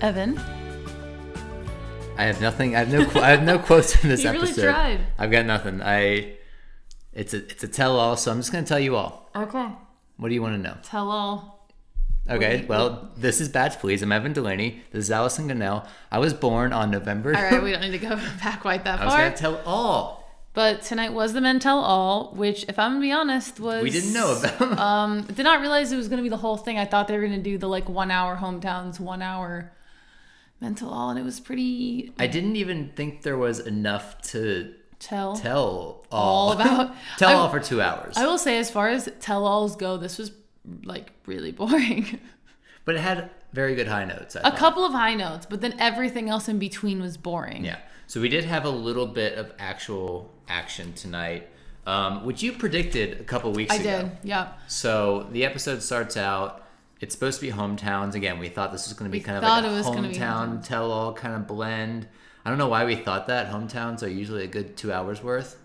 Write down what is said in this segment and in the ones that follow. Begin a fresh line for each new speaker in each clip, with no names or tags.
Evan.
I have nothing. I have no. qu- I have no quotes in this
You really
episode.
tried.
I've got nothing. I. It's a it's a tell all. So I'm just gonna tell you all.
Okay.
What do you want to know?
Tell all.
Okay.
Wait,
well, this is Bats Please. I'm Evan Delaney. This is Allison Gannell. I was born on November.
All right, we don't need to go back quite that
I was
far.
gonna tell all.
but tonight was the Men Tell All, which, if I'm gonna be honest, was
We didn't know about.
Um, did not realize it was gonna be the whole thing. I thought they were gonna do the like one hour hometowns, one hour mental all, and it was pretty
I didn't even think there was enough to
tell
tell all,
all about.
tell
I-
all for two hours.
I will say, as far as tell alls go, this was like really boring.
but it had very good high notes. I
A
thought.
couple of high notes, but then everything else in between was boring.
Yeah. So we did have a little bit of actual action tonight, um, which you predicted a couple weeks
I
ago.
did. Yeah.
So the episode starts out. It's supposed to be hometowns again. We thought this was going to be
We
kind of
thought
like a
it was gonna be
hometown tell-all kind of blend. I don't know why we thought that. Hometowns are usually a good two hours worth.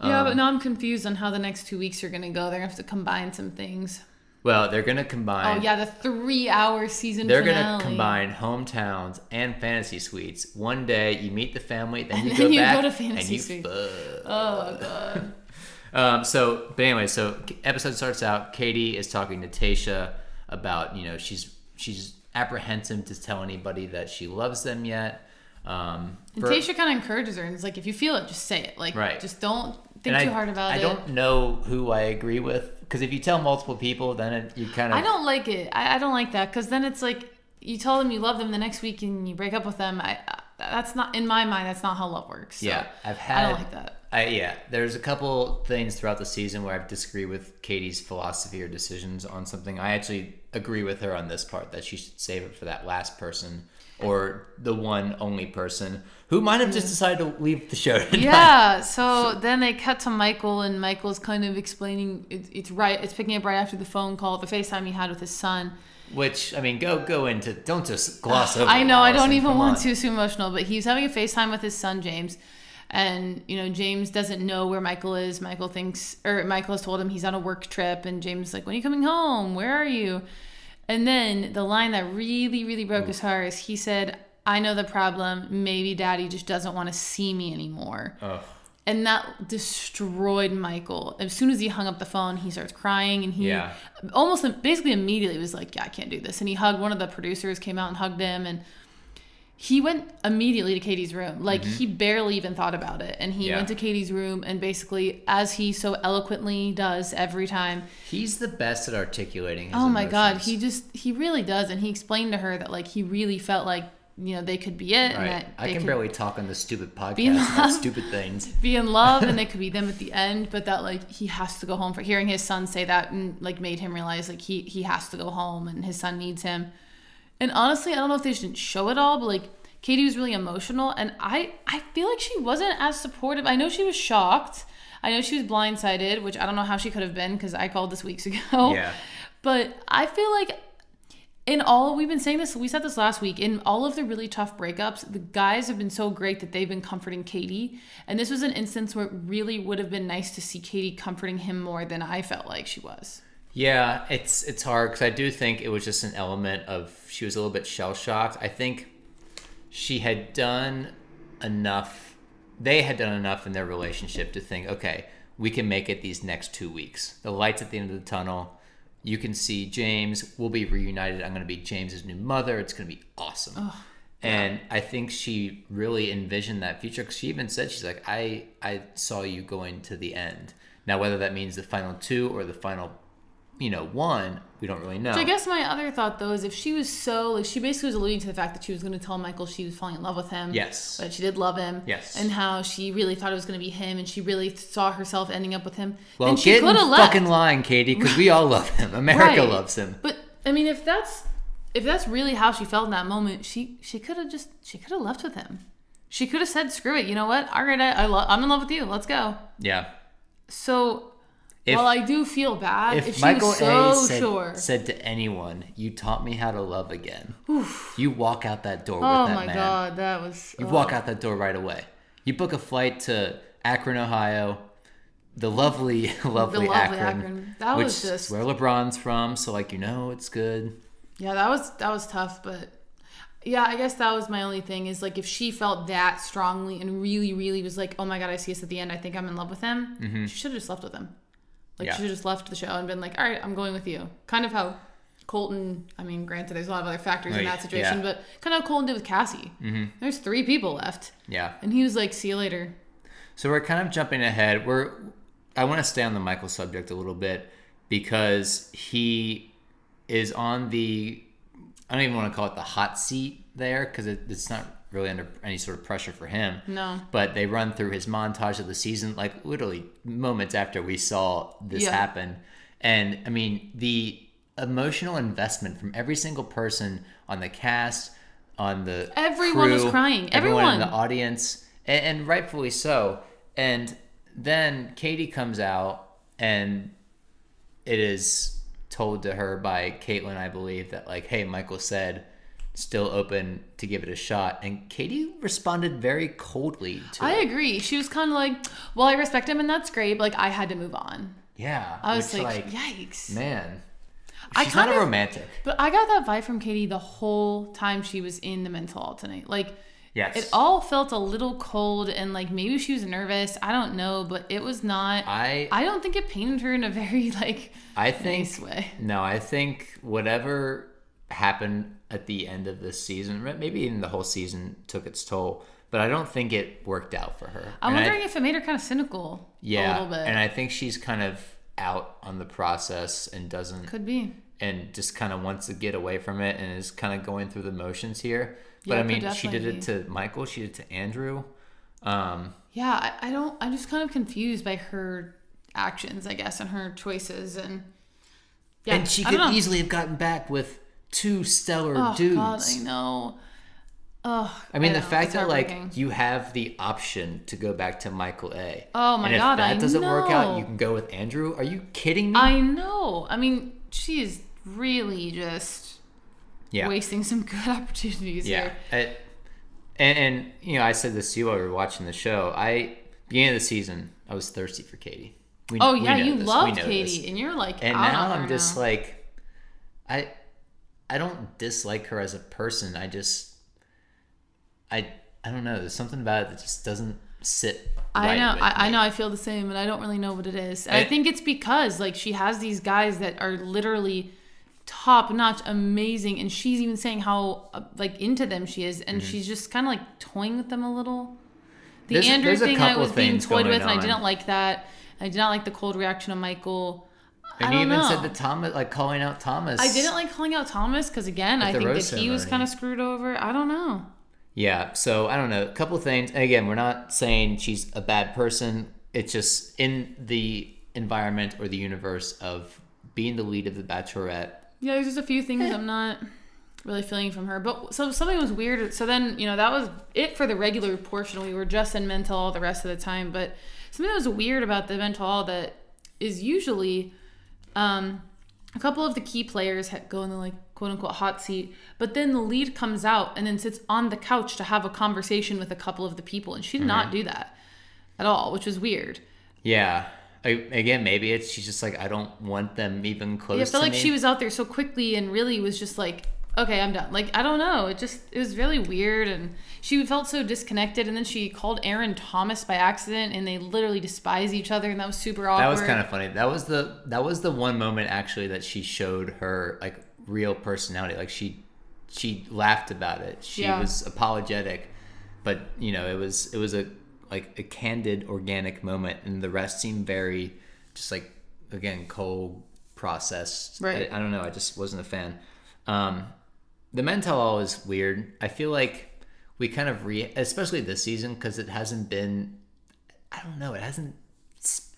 yeah,
Um,
but now I'm confused on how the next two weeks are gonna go. They're gonna have to combine some things.
Well, they're going to
Oh
combine.
yeah, the three-hour season.
They're
finale.
gonna combine hometowns and fantasy suites. One day you meet the family, then you
then
go
you
back
go to fantasy
and you
suite.
fuck.
Oh god.
Um, so, but anyway, so K- episode starts out. Katie is talking to Tasha about you know she's she's apprehensive to tell anybody that she loves them yet. Um,
And
for-
Tasha kind of encourages her and is like, if you feel it, just say it. Like,
Right.
just don't think
and
too
I,
hard about
I
it.
don't know who I agree with because if you tell multiple people, then it, you kind of
I don't like it. I, I don't like that because then it's like you tell them you love them the next week and you break up with them. I, I that's not in my mind. That's not how love works. So
yeah. I've
I
had
don't like that.
I, yeah, there's a couple things throughout the season where I've disagree with Katie's philosophy or decisions on something. I actually agree with her on this part that she should save it for that last person or the one only person who might have just decided to leave the show. tonight.
Yeah. So then they cut to Michael, and Michael's kind of explaining it, it's right. It's picking up right after the phone call, the FaceTime he had with his son.
Which I mean, go go into don't just gloss over.
I know. I
Allison,
don't even
come
want
on.
to too emotional, but he's having a FaceTime with his son James, and you know James doesn't know where Michael is. Michael thinks, or Michael has told him he's on a work trip, and James is like, "When are you coming home? Where are you?" And then the line that really, really broke
Mm.
his heart is he said, "I know the problem. Maybe Daddy just doesn't want to see me anymore."
Ugh.
And that destroyed Michael. As soon as he hung up the phone, he starts crying and he
Yeah.
almost basically immediately was like, Yeah, I can't do this. And he hugged one of the producers, came out and hugged him. And he went immediately to Katie's room. Like he barely even thought about it. And he
Mm-hmm. Yeah.
went to Katie's room and basically, as he so eloquently does every time,
He's the best at articulating. His
oh my God,
emotions.
he just, he really does. And he explained to her that like he really felt like, you know, they could be it. And
Right.
that
I
they
can
could
barely talk on this stupid
Be in
podcast about
love.
stupid things.
be in love and they could be them at the end but that like he has to go home for hearing his son say that and like made him realize like he he has to go home and his son needs him and honestly i don't know if they didn't show it all but like katie was really emotional and i i feel like she wasn't as supportive i know she was shocked i know she was blindsided which i don't know how she could have been because i called this weeks ago
Yeah.
but i feel like in all we've been saying this we said this last week in all of the really tough breakups the guys have been so great that they've been comforting katie and this was an instance where it really would have been nice to see katie comforting him more than i felt like she was
Yeah, it's it's hard because I do think it was just an element of she was a little bit shell shocked. I think she had done enough. They had done enough in their relationship to think, okay, we can make it these next two weeks. The lights at the end of the tunnel. You can see James. We'll be reunited. I'm going to be James's new mother. It's going to be awesome. and I think she really envisioned that future. 'cause she even said, she's like, I I saw you going to the end. Now whether that means the final two or the final you know, one, we don't really know.
So I guess my other thought though is if she was so like she basically was alluding to the fact that she was going to tell Michael she was falling in love with him.
Yes.
That she did love him.
Yes.
And how she really thought it was going to be him and she really saw herself ending up with him.
well,
then she
get in
coulda
fucking line, Katie, because we all love him. America loves him.
But I mean, if that's if that's really how she felt in that moment, she she could have just she could have left with him. She could have said, "Screw it, you know what? All right, I, I lo- I'm in love with you. Let's go."
Yeah.
So
If-
while I do feel bad,
If,
if, she
Michael
was so
A said,
sure,
said to anyone, "You taught me how to love again," you walk out that door
oh
with that
my
man.
god, that was
You
oh.
walk out that door right away. You book a flight to Akron, Ohio. The lovely, lovely,
lovely
Akron,
Akron. That
which
was just-
where LeBron's from. So like, you know, it's good.
Yeah, that was that was tough, but yeah, I guess that was my only thing is like if she felt that strongly and really, really was like, oh my god, I see us at the end. I think I'm in love with him. She should have just left with him. Like
Mm-hmm. Yeah.
she should have just left the show and been like, all right, I'm going with you. Kind of how Colton. I mean, granted, there's a lot of other factors in
Right,
that situation,
yeah. Mm-hmm.
but kind of how Colton did with Cassie. There's three people left,
Yeah.
and he was like, see you later.
So we're kind of jumping ahead. We're I want to stay on the Michael subject a little bit because he is on the I don't even want to call it the hot seat there because it, it's not really under any sort of pressure for him.
No.
But they run through his montage of the season like literally moments after we saw this
Yeah.
happen. And I mean, the emotional investment from every single person on the cast, on the
Everyone was
crew,
crying.
everyone in
Everyone.
the audience, and, and rightfully so. And then Katie comes out, and it is told to her by Caitlyn, I believe, that like, hey, Michael said, still open to give it a shot, and Katie responded very coldly to
I
it.
agree. She was kind of like, well, I respect him and that's great, but like I had to move on.
Yeah,
I was
which,
like, yikes.
man,
I
she's not
kind
a
of-
romantic.
But I got that vibe from Katie the whole time she was in the mental hall tonight. Like
Yes,
it all felt a little cold and like maybe she was nervous. I don't know, but it was not. I,
I
don't think it painted her in a very like
I think
nice way.
No, I think whatever happened at the end of this season, ma- maybe even the whole season, took its toll. But I don't think it worked out for her.
I'm
And I-
wondering if it made her kind of cynical.
yeah,
a little bit.
and I think she's kind of out on the process and doesn't,
Could be.
and just kind of wants to get away from it and is kind of going through the motions here. But
Yeah,
I
could
mean, she did it
definitely
to Michael. She did it to Andrew. Um,
Yeah, I, I don't. I'm just kind of confused by her actions, I guess, and her choices, and yeah,
and she
I
could
don't know.
easily have gotten back with two stellar
Oh
dudes.
God, I know. Oh,
I mean, the
know,
fact
it's
that like
heartbreaking.
you have the option to go back to Michael A.
Oh my
and if
God,
that
I
doesn't work out, you
know.
can go with Andrew. Are you kidding me?
I know. I mean, she is really just
yeah,
wasting some good opportunities
yeah.
here.
I- and, and you know, I said this to you while we were watching the show. I beginning of the season, I was thirsty for Katie. We,
Oh
we
yeah,
know
you
this, we
loved
know
Katie,
this.
and you're like,
And
out
now
on
I'm
her
just
now.
like, I, I don't dislike her as a person. I just, I, I don't know. There's something about it that just doesn't sit.
I
right
know,
with
I, I
me.
know, I feel the same, and I don't really know what it is. And I
And-
think it's because like she has these guys that are literally top notch, amazing, and she's even saying how uh, like into them she is, and she's just kind of like toying with them a little.
Mm-hmm.
The
There's-
Andrew
there's a
thing I
couple
was being
things
toyed
going
with, and I
on.
didn't like that. I did not like the cold reaction of Michael. I
And
don't
you even
know.
said that Thomas, like calling out Thomas.
I didn't like calling out Thomas because again, I
the
think that
rose
he was
ceremony.
kind of screwed over. I don't know.
Yeah. So I don't know. A couple things. And again, we're not saying she's a bad person. It's just in the environment or the universe of being the lead of the Bachelorette.
Yeah, there's just a few things I'm not really feeling from her. But so something was weird. So then, you know, that was it for the regular portion. We were just in mental all the rest of the time. But something that was weird about the mental all that is usually um, a couple of the key players ha- go in the like quote unquote hot seat, but then the lead comes out and then sits on the couch to have a conversation with a couple of the people, and she did not do that at all, which was weird.
Yeah. I, again, maybe it's she's just like I don't want them even close.
I felt
to
like
me.
she was out there so quickly and really was just like, okay, I'm done. Like, I don't know. It just, it was really weird. And she felt so disconnected. And then she called Aaron Thomas by accident and they literally despise each other. And that was super awkward.
That was kind of funny. That was the that was the one moment actually that she showed her like real personality. Like she she laughed about it. She
Yeah.
was apologetic, but you know it was it was a like a candid, organic moment, and the rest seemed very just like again cold, processed.
Right.
I, I don't know. I just wasn't a fan. Um, the mental all is weird. I feel like we kind of re, especially this season, because it hasn't been. I don't know. It hasn't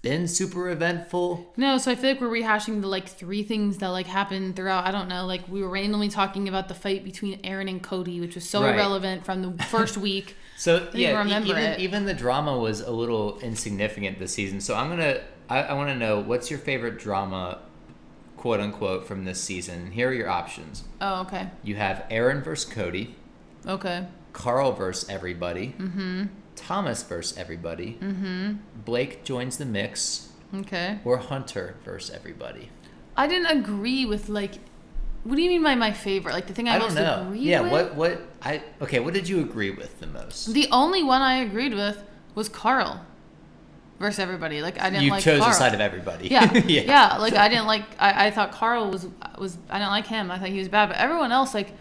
been super eventful.
No, so I feel like we're rehashing the like three things that like happened throughout. I don't know, like we were randomly talking about the fight between Aaron and Cody, which was so
Right.
irrelevant from the first week.
So
you
yeah, e-
remember
even
it.
even the drama was a little insignificant this season. So I'm gonna I, I want to know what's your favorite drama, quote unquote, from this season. Here are your options.
Oh, okay,
You have Aaron versus Cody,
okay,
Carl versus everybody, mm-hmm. Thomas versus everybody, mm-hmm. Blake joins the mix,
okay.
or Hunter versus everybody.
I didn't agree with like What do you mean by my favorite? Like the thing I,
I don't
most
know.
agreed
Yeah,
with?
what what I okay, what did you agree with the most?
The only one I agreed with was Carl versus everybody. Like I didn't
You
like
chose
Carl.
the side of everybody.
yeah, yeah,
yeah.
Like I didn't like. I, I thought Carl was was. I didn't like him. I thought he was bad. But everyone else, like,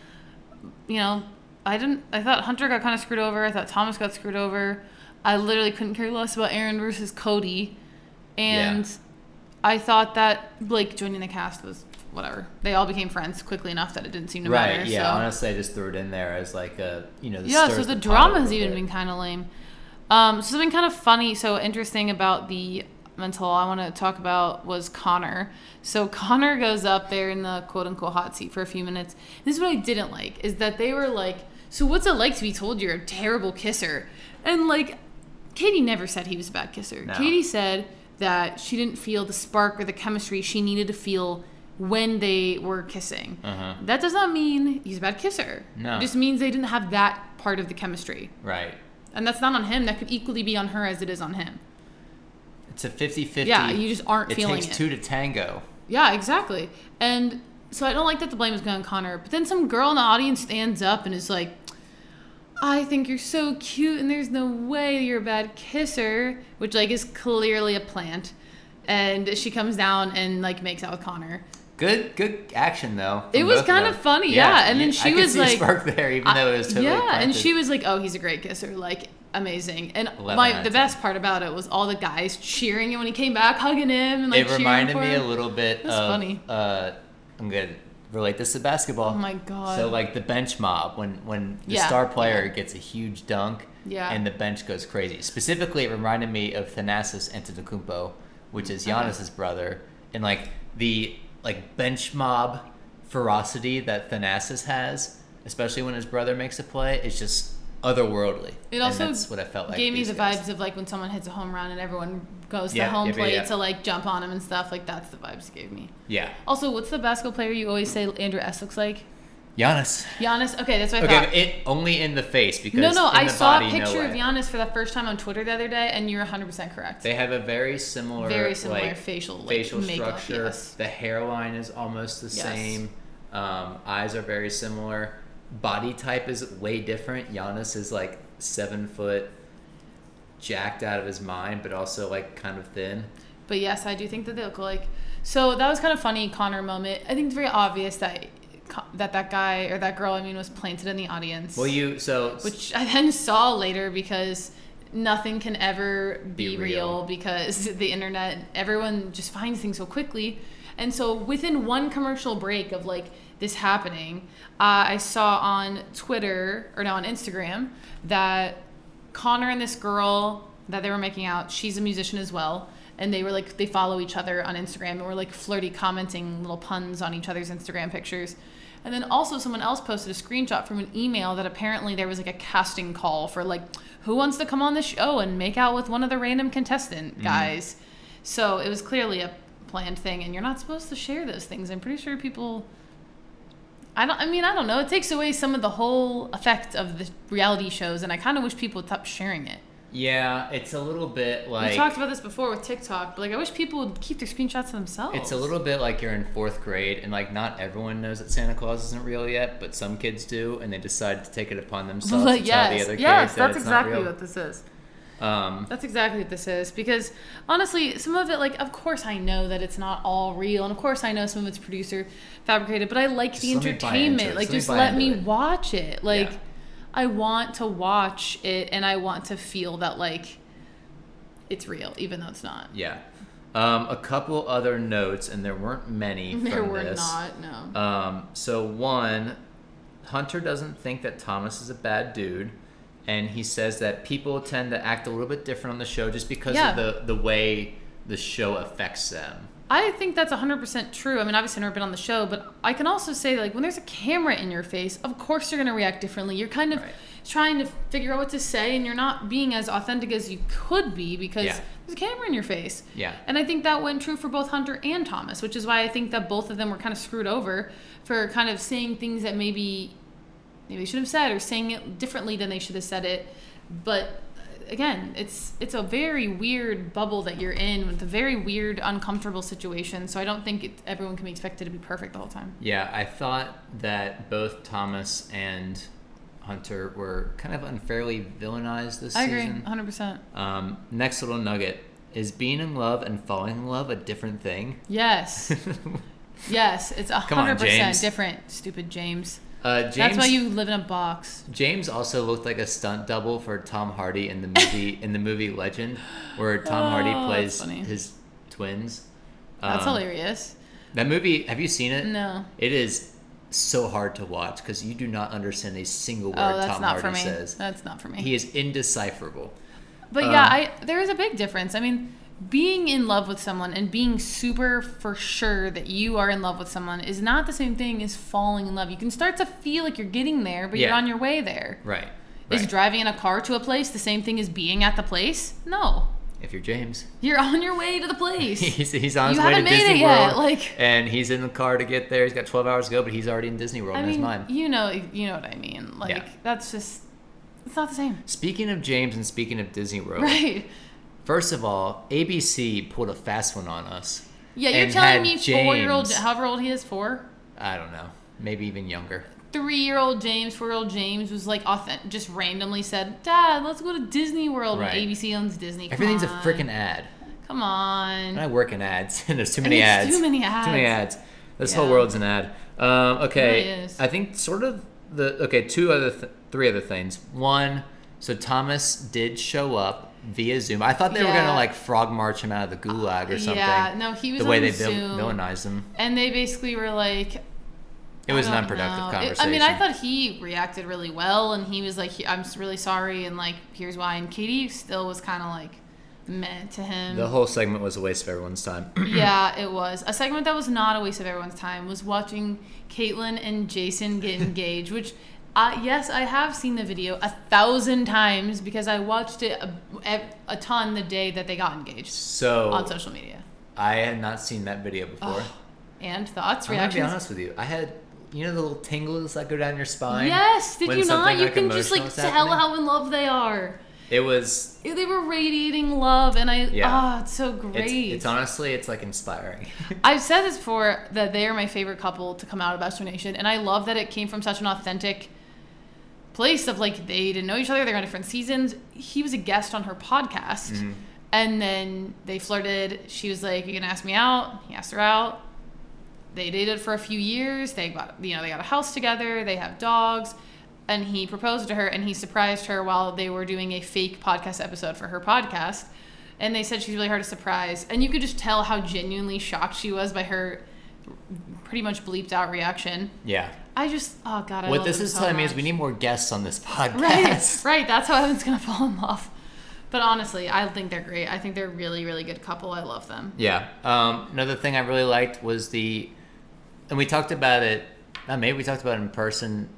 you know, I didn't. I thought Hunter got kind of screwed over. I thought Thomas got screwed over. I literally couldn't care less about Aaron versus Cody, and
Yeah.
I thought that Blake joining the cast was whatever. They all became friends quickly enough that it didn't seem to
Right.
matter.
yeah.
so.
Honestly, I just threw it in there as like a you know. The
yeah so
stirs
the
pot
drama's
a
even
little
been
bit.
kind of lame um, so something kind of funny so interesting about the mental i want to talk about was connor so connor goes up there in the quote unquote hot seat for a few minutes this is what i didn't like is that they were like so what's it like to be told you're a terrible kisser and like katie never said he was a bad kisser
No.
katie said that she didn't feel the spark or the chemistry she needed to feel when they were kissing
Uh-huh.
that does not mean he's a bad kisser
No.
it just means they didn't have that part of the chemistry.
Right.
And that's not on him. That could equally be on her as it is on him.
It's a 50-50.
Yeah, you just aren't
it
feeling
takes
it.
two to tango.
Yeah, exactly. And so I don't like that the blame is going on Connor. But then some girl in the audience stands up and is like, I think you're so cute and there's no way you're a bad kisser, which like is clearly a plant. And she comes down and like makes out with Connor.
Good, good action though.
It
from
was
both
kinda
them.
funny, yeah, and then
you-
she
I could
was
see a
like-
spark there, even though it was totally.
yeah, and
planted.
she was like, "Oh, he's a great kisser, like amazing." And
11 out
my
of
the
10.
best part about it was all the guys cheering him when he came back, hugging him, and like
It
cheering
reminded
for
me
him.
a little bit
That's
of.
funny.
Uh, I'm gonna relate this to basketball.
Oh my god!
So like the bench mob when when the
Yeah.
star player gets a huge dunk
Yeah.
and the bench goes crazy. Specifically, it reminded me of Thanasis Antetokounmpo, which is Giannis's brother, and like the like bench mob ferocity that Thanasis has, especially when his brother makes a play, it's just otherworldly.
it
And
also
that's what I felt like.
gave me
these
the
guys.
vibes of like when someone hits a home run and everyone goes
Yeah,
to home
yeah, yeah,
plate
yeah.
to like jump on him and stuff. Like that's the vibes it gave me.
Yeah,
Also, what's the basketball player you always say Andrew S looks like?
Giannis.
Giannis. Okay, that's what I
Okay,
thought.
but it only in the face because
No, no,
in
I
the
saw
body,
a
no
picture of
way.
Giannis for the first time on Twitter the other day, and you're 100% correct.
They have a very similar,
Very similar
like,
facial, like,
facial
makeup,
structure.
yes.
The hairline is almost the
Yes.
same. Um, eyes are very similar. Body type is way different. Giannis is like seven foot, jacked out of his mind, but also like kind of thin.
But yes, I do think that they look alike. So that was kind of funny Connor moment. I think it's very obvious that that that guy or that girl, I mean, was planted in the audience.
Well, you so
which I then saw later because nothing can ever be,
Be
real.
real.
because the internet, everyone just finds things so quickly. And so within one commercial break of like this happening, uh, I saw on Twitter or now on Instagram that Connor and this girl that they were making out, she's a musician as well. And they were like, they follow each other on Instagram and were like flirty commenting little puns on each other's Instagram pictures. And then also someone else posted a screenshot from an email that apparently there was like a casting call for like who wants to come on the show and make out with one of the random
Mm-hmm.
contestant guys. So it was clearly a planned thing and you're not supposed to share those things. I'm pretty sure people I don't I mean I don't know. It takes away some of the whole effect of the reality shows and I kind of wish people would stop sharing it.
yeah, it's a little bit like
we talked about this before with TikTok, but like I wish people would keep their screenshots to themselves.
It's a little bit like you're in fourth grade, and like not everyone knows that Santa Claus isn't real yet, but some kids do, and they decide to take it upon themselves to tell the
yes,
other
yes,
kids that
that's
it's
exactly
not
what
real.
this is.
um,
That's exactly what this is because honestly, some of it, like, of course, I know that it's not all real, and of course, I know some of it's producer fabricated, but I like
let me buy
the
into
entertainment.
it.
Like,
Just let me
just
buy
let
into
me
it.
watch it. Like,
Yeah.
I want to watch it, and I want to feel that like it's real, even though it's not.
Yeah. Um, a couple other notes, and there weren't many.
There
from
were
this.
not no.
Um, so one, Hunter doesn't think that Thomas is a bad dude, and he says that people tend to act a little bit different on the show just because
Yeah.
of the the way the show affects them.
I think that's 100% true. I mean, obviously, I've never been on the show, but I can also say, like, when there's a camera in your face, of course you're going to react differently. You're kind of
Right.
trying to figure out what to say, and you're not being as authentic as you could be because
Yeah.
there's a camera in your face.
Yeah.
And I think that went true for both Hunter and Thomas, which is why I think that both of them were kind of screwed over for kind of saying things that maybe maybe they should have said or saying it differently than they should have said it. But uh, again, it's it's a very weird bubble that you're in with a very weird, uncomfortable situation. So I don't think it, everyone can be expected to be perfect the whole time.
Yeah, I thought that both Thomas and Hunter were kind of unfairly villainized this
I agree,
season.
100%.
Um, next little nugget is being in love and falling in love a different thing?
Yes, yes, it's a
Come on,
100%
James.
different. Stupid James.
uh, James,
That's why you live in a box.
James also looked like a stunt double for Tom Hardy in the movie in the movie Legend, where Tom Hardy
Oh, that's
plays
funny.
his twins.
That's
Um,
hilarious.
That movie, have you seen it?
No.
It is so hard to watch because you do not understand a single word
Oh, that's
Tom Hardy
not for me.
says.
That's not for me.
He is indecipherable.
But
Um,
yeah, I there is a big difference. I mean, being in love with someone and being super for sure that you are in love with someone is not the same thing as falling in love. You can start to feel like you're getting there, but you're
Yeah.
on your way there.
Right.
Is
right.
driving in a car to a place the same thing as being at the place? No.
if you're James.
You're on your way to the place.
He's, he's on his
You
way to
haven't made
Disney
it yet,
World,
like-
and he's in the car to get there. He's got 12 hours to go, but he's already in Disney World
I
in his
mean,
mind.
you know, you know what I mean. Like
Yeah.
that's just it's not the same.
Speaking of James and speaking of Disney World,
Right.
first of all, ABC pulled a fast one on us.
Yeah, you're
And had
telling me four-year-old,
James-
however old he is, four?
I don't know, maybe even younger.
three year old James, four year old James was like authentic, just randomly said, Dad, let's go to Disney World. when
Right.
ABC owns Disney. Come
Everything's a
on.
freaking ad.
Come on.
And I work in ads, and there's too
And
many
it's
ads.
too many
Too many
ads.
ads. This
Yeah.
whole world's an ad. Um, okay.
really is.
I think sort of the okay. Two other, th- three other things. One, so Thomas did show up via Zoom. I thought they were
Yeah. Uh,
gonna like frog march him out of the gulag or something.
Yeah, no, he was
the way
on
they vil-
Zoom.
villainized him.
and they basically were like,
It was
I
an
don't
unproductive
know. It-
conversation.
I mean, I thought he reacted really well, and he was like, "He- "I'm s- really sorry," and like, "Here's why." And Katie still was kind of like, meh to him.
the whole segment was a waste of everyone's time.
yeah, it was a segment that was not a waste of everyone's time. Was watching Caitlyn and Jason get engaged, which. Uh, yes, I have seen the video a thousand times because I watched it a, ev- a ton the day that they got engaged
so
on social media.
I had not seen that video before.
And thoughts,
I'm gonna be
reactions?
honest with you. I had you know the little tingles that go down your spine.
Yes, did
when
you not?
something,
You
like,
can just like
emotional is
tell
happening?
how in love they are.
It was
Yeah, They were radiating love, and I
Yeah.
ah, it's so
It's,
great.
it's honestly, it's like inspiring.
I've said this before that they are my favorite couple to come out of Bachelor Nation, and I love that it came from such an authentic place of like they didn't know each other, they're on different seasons. He was a guest on her podcast, and then they flirted. She was like, "You gonna ask me out?" He asked her out. They dated for a few years. They got you know they got a house together. They have dogs. And he proposed to her, and he surprised her while they were doing a fake podcast episode for her podcast. And they said she's really hard to surprise, and you could just tell how genuinely shocked she was by her pretty much bleeped out reaction.
yeah.
I just oh god, I
what
love
this
them
is
so
telling me
much.
is we need more guests on this
Right,
podcast.
right. That's how Evan's gonna fall in love. But honestly, I think they're great. I think they're a really, really good couple. I love them.
Yeah. Um, another thing I really liked was the, and we talked about it. uh, maybe we talked about it in person,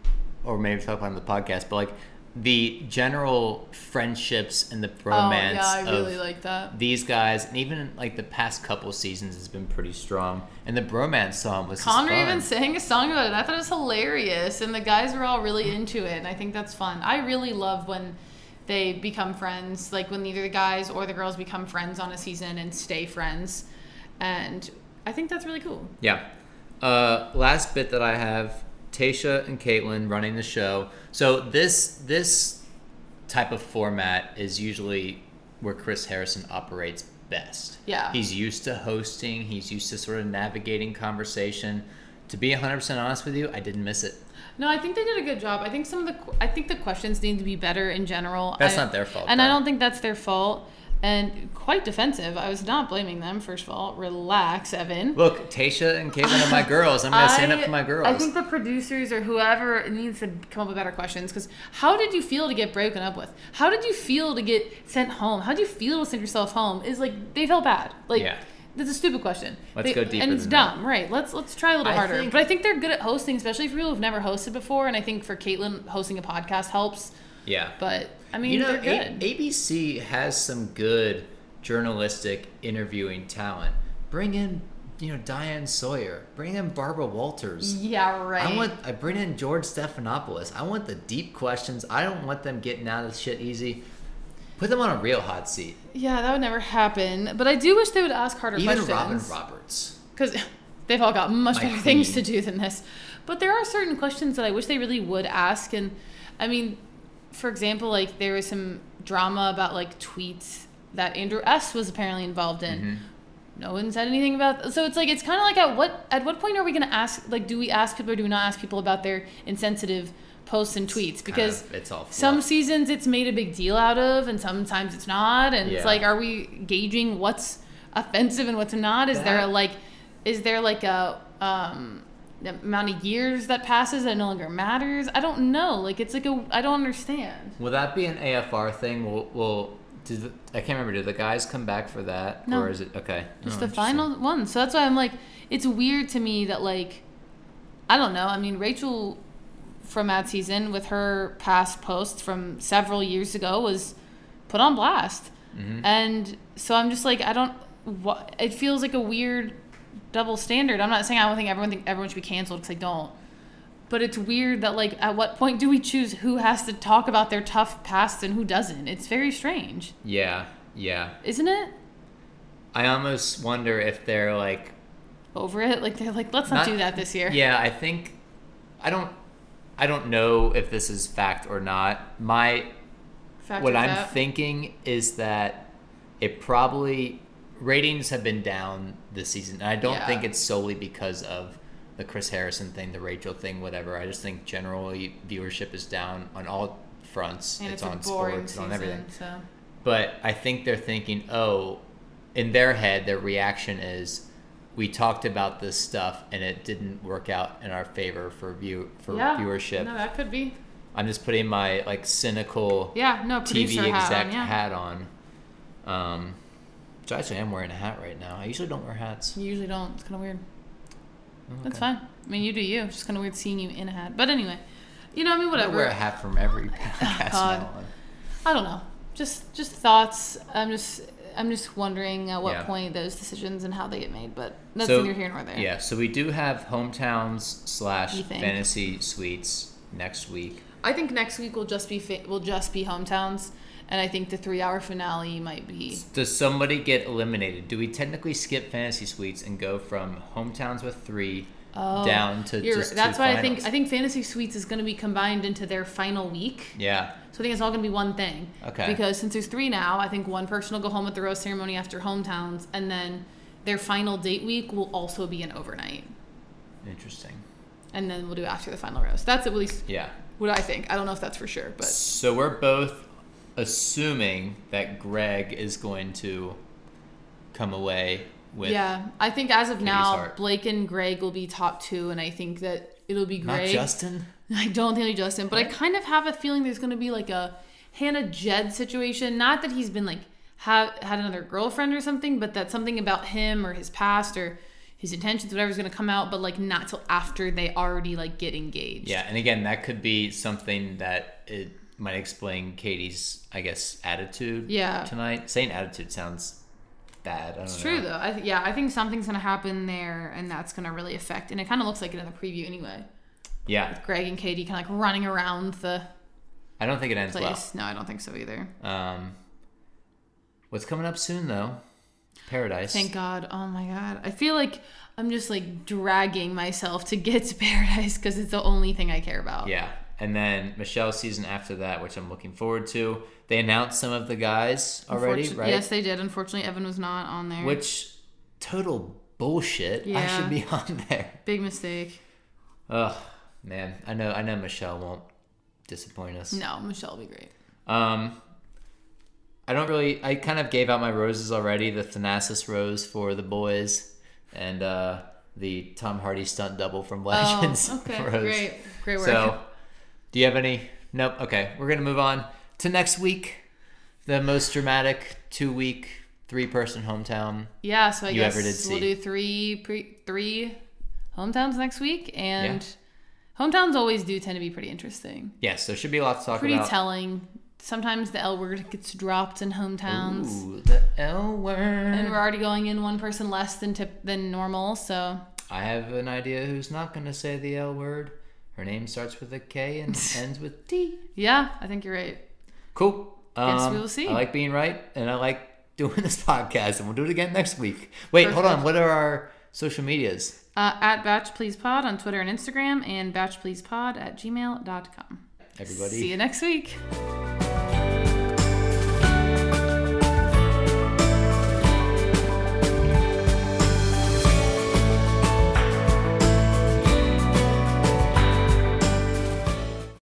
or maybe we talked about it on the podcast. But like the general friendships and the romance
oh yeah, I really
of
like that.
these guys, and even like the past couple seasons has been pretty strong. And the bromance song was just
Connor
fun.
even sang a song about it. I thought it was hilarious, and the guys were all really into it, and I think that's fun. I really love when they become friends, like when either the guys or the girls become friends on a season and stay friends, and I think that's really cool.
Yeah. Uh, last bit that I have: Tasha and Caitlin running the show. So this this type of format is usually where Chris Harrison operates best.
Yeah.
He's used to hosting. He's used to sort of navigating conversation. To be 100% honest with you, I didn't miss it.
No, I think they did a good job. I think some of the qu- I think the questions need to be better in general.
That's
I-
not their fault,
and I
though.
don't think that's their fault. And quite defensive. I was not blaming them. First of all, relax, Evan.
Look, Tasha and Caitlin are my girls. I'm gonna stand up for my girls.
I think the producers or whoever needs to come up with better questions. Because how did you feel to get broken up with? How did you feel to get sent home? How did you feel to send yourself home? Is like they felt bad. Like
Yeah.
that's a stupid question.
Let's
They-
go deeper
And it's
than that.
dumb, right? Let's let's try a little
I
harder.
think-
but I think they're good at hosting, especially for people who've never hosted before. And I think for Caitlin, hosting a podcast helps.
yeah.
But I mean,
you know,
they're good.
A- ABC has some good journalistic interviewing talent. Bring in, you know, Diane Sawyer. Bring in Barbara Walters.
yeah, right.
I want I bring in George Stephanopoulos. I want the deep questions. I don't want them getting out of shit easy. Put them on a real hot seat.
Yeah, that would never happen. But I do wish they would ask harder
Even Robin
questions.
Roberts.
Because they've all got much
My
better things to
queen.
do than this. But there are certain questions that I wish they really would ask. And I mean, for example, like there was some drama about like tweets that Andrew S was apparently involved in.
Mm-hmm.
No one said anything about. So it's like it's kind of like at what at what point are we going to ask? Like, do we ask people or do we not ask people about their insensitive posts and tweets?
Kind
Because
of, it's all
some
fluff.
seasons it's made a big deal out of and sometimes it's not and it's
Yeah.
like are we gauging what's offensive and what's not is there a,
That-
like is there like a um the amount of years that passes that no longer matters i don't know like it's like a i don't understand
Will that be an AFR thing? Will will did the, I can't remember. Did the guys come back for that,
No.
or is it okay?
just
Oh,
the
interesting.
final one so that's why i'm like it's weird to me that like i don't know i mean rachel from that season with her past posts from several years ago was put on blast
Mm-hmm.
and so i'm just like i don't what it feels like a weird double standard i'm not saying i don't think everyone think everyone should be canceled because i don't but it's weird that like at what point do we choose who has to talk about their tough past and who doesn't it's very strange
Yeah, yeah.
isn't it
I almost wonder if they're like
over it like they're like let's not,
Not-
do that this year
Yeah, I think I don't I don't know if this is fact or not. My
Factor
what I'm
that.
thinking is that it probably ratings have been down this season. And I don't
Yeah.
think it's solely because of the Chris Harrison thing, the Rachel thing, whatever. I just think generally viewership is down on all fronts.
and
it's,
it's, a
on
boring
sports, it's
season,
on everything.
So
But I think they're thinking, oh, in their head, their reaction is, we talked about this stuff and it didn't work out in our favor for view for
yeah,
viewership.
No, that could be.
I'm just putting my like cynical
Yeah, no
TV
producer
exec
hat. on, yeah.
hat on. Um, so actually, I'm wearing a hat right now. I usually don't wear hats. Oh,
You usually don't. It's kind of weird. That's
Okay.
fine. I mean, you do you. It's just kind of weird seeing you in a hat. But anyway, you know, I mean,
I
whatever. Oh,
wear a hat from every podcast
God.
now on.
I don't know. Just just thoughts. I'm just I'm just wondering at what
Yeah.
point those decisions and how they get made. But that's
So-
neither here nor there.
Yeah, so we do have hometowns slash
You think?
fantasy suites next week.
I think next week will just be fa- will just be hometowns, and I think the three hour finale might be.
Does somebody get eliminated? Do we technically skip fantasy suites and go from hometowns with three
Oh,
down to
You're,
just
that's
two
why I think
finals?
I think Fantasy Suites is going to be combined into their final week.
yeah,
So I think it's all going to be one thing.
Okay.
Because since there's three now, I think one person will go home at the rose ceremony after hometowns, and then their final date week will also be an overnight,
interesting.
and then we'll do after the final rose. That's at least
Yeah.
what I think. I don't know if that's for sure, but
So we're both assuming that Greg is going to come away with
yeah, I think as of now,
heart.
Blake and Greg will be top two, and I think that it'll be
not
Greg.
Justin.
I don't think it'll be Justin, but I kind of have a feeling there's going to be like a Hannah Jed situation. Not that he's been like have had another girlfriend or something, but that something about him or his past or his intentions, whatever's going to come out, but like not till after they already like get engaged.
Yeah, and again, that could be something that it might explain Katie's, I guess, attitude.
Yeah.
Tonight, saying attitude sounds bad. I don't
It's
know.
true though. I th- yeah, I think something's going to happen there, and that's going to really affect. And it kind of looks like it in the preview anyway.
Yeah,
Greg and Katie kind of like running around the
I don't think it ends well.
place. No, I don't think so either.
Um, what's coming up soon though? Paradise.
Thank God. Oh my God. I feel like I'm just like dragging myself to get to paradise because it's the only thing I care about.
yeah, and then Michelle's season after that, which I'm looking forward to. They announced some of the guys already,
Unfortun-
right?
Yes, they did. Unfortunately, Evan was not on there.
Which total bullshit. I
Yeah.
should be on there.
Big mistake.
Ugh, man. I know. I know Michelle won't disappoint us.
No, Michelle will be great.
Um, I don't really. I kind of gave out my roses already. The Thanasis rose for the boys, and uh, the Tom Hardy stunt double from Legends.
Oh, okay.
rose.
Great. Great work.
So, do you have any? Nope. Okay, we're gonna move on to next week. The most dramatic two-week, three-person hometown.
yeah, so I
You
guess
ever did
we'll
see.
do three pre- three hometowns next week. And hometowns always do tend to be pretty interesting,
Yes, there should be a lot to talk
pretty
about.
telling. Sometimes the L word gets dropped in hometowns.
Ooh, the L word.
And we're already going in one person less than tip than normal, so
I have an idea who's not going to say the L word. Her name starts with a K and ends with T.
Yeah, I think you're right.
Cool.
Guess
Um,
we will see.
I like being right, and I like doing this podcast, and we'll do it again next week. Wait, hold
Perfect.
on. What are our social medias?
Uh, at Batch Please Pod on Twitter and Instagram, and Batch Please Pod at gmail.com.
Everybody.
See you next week.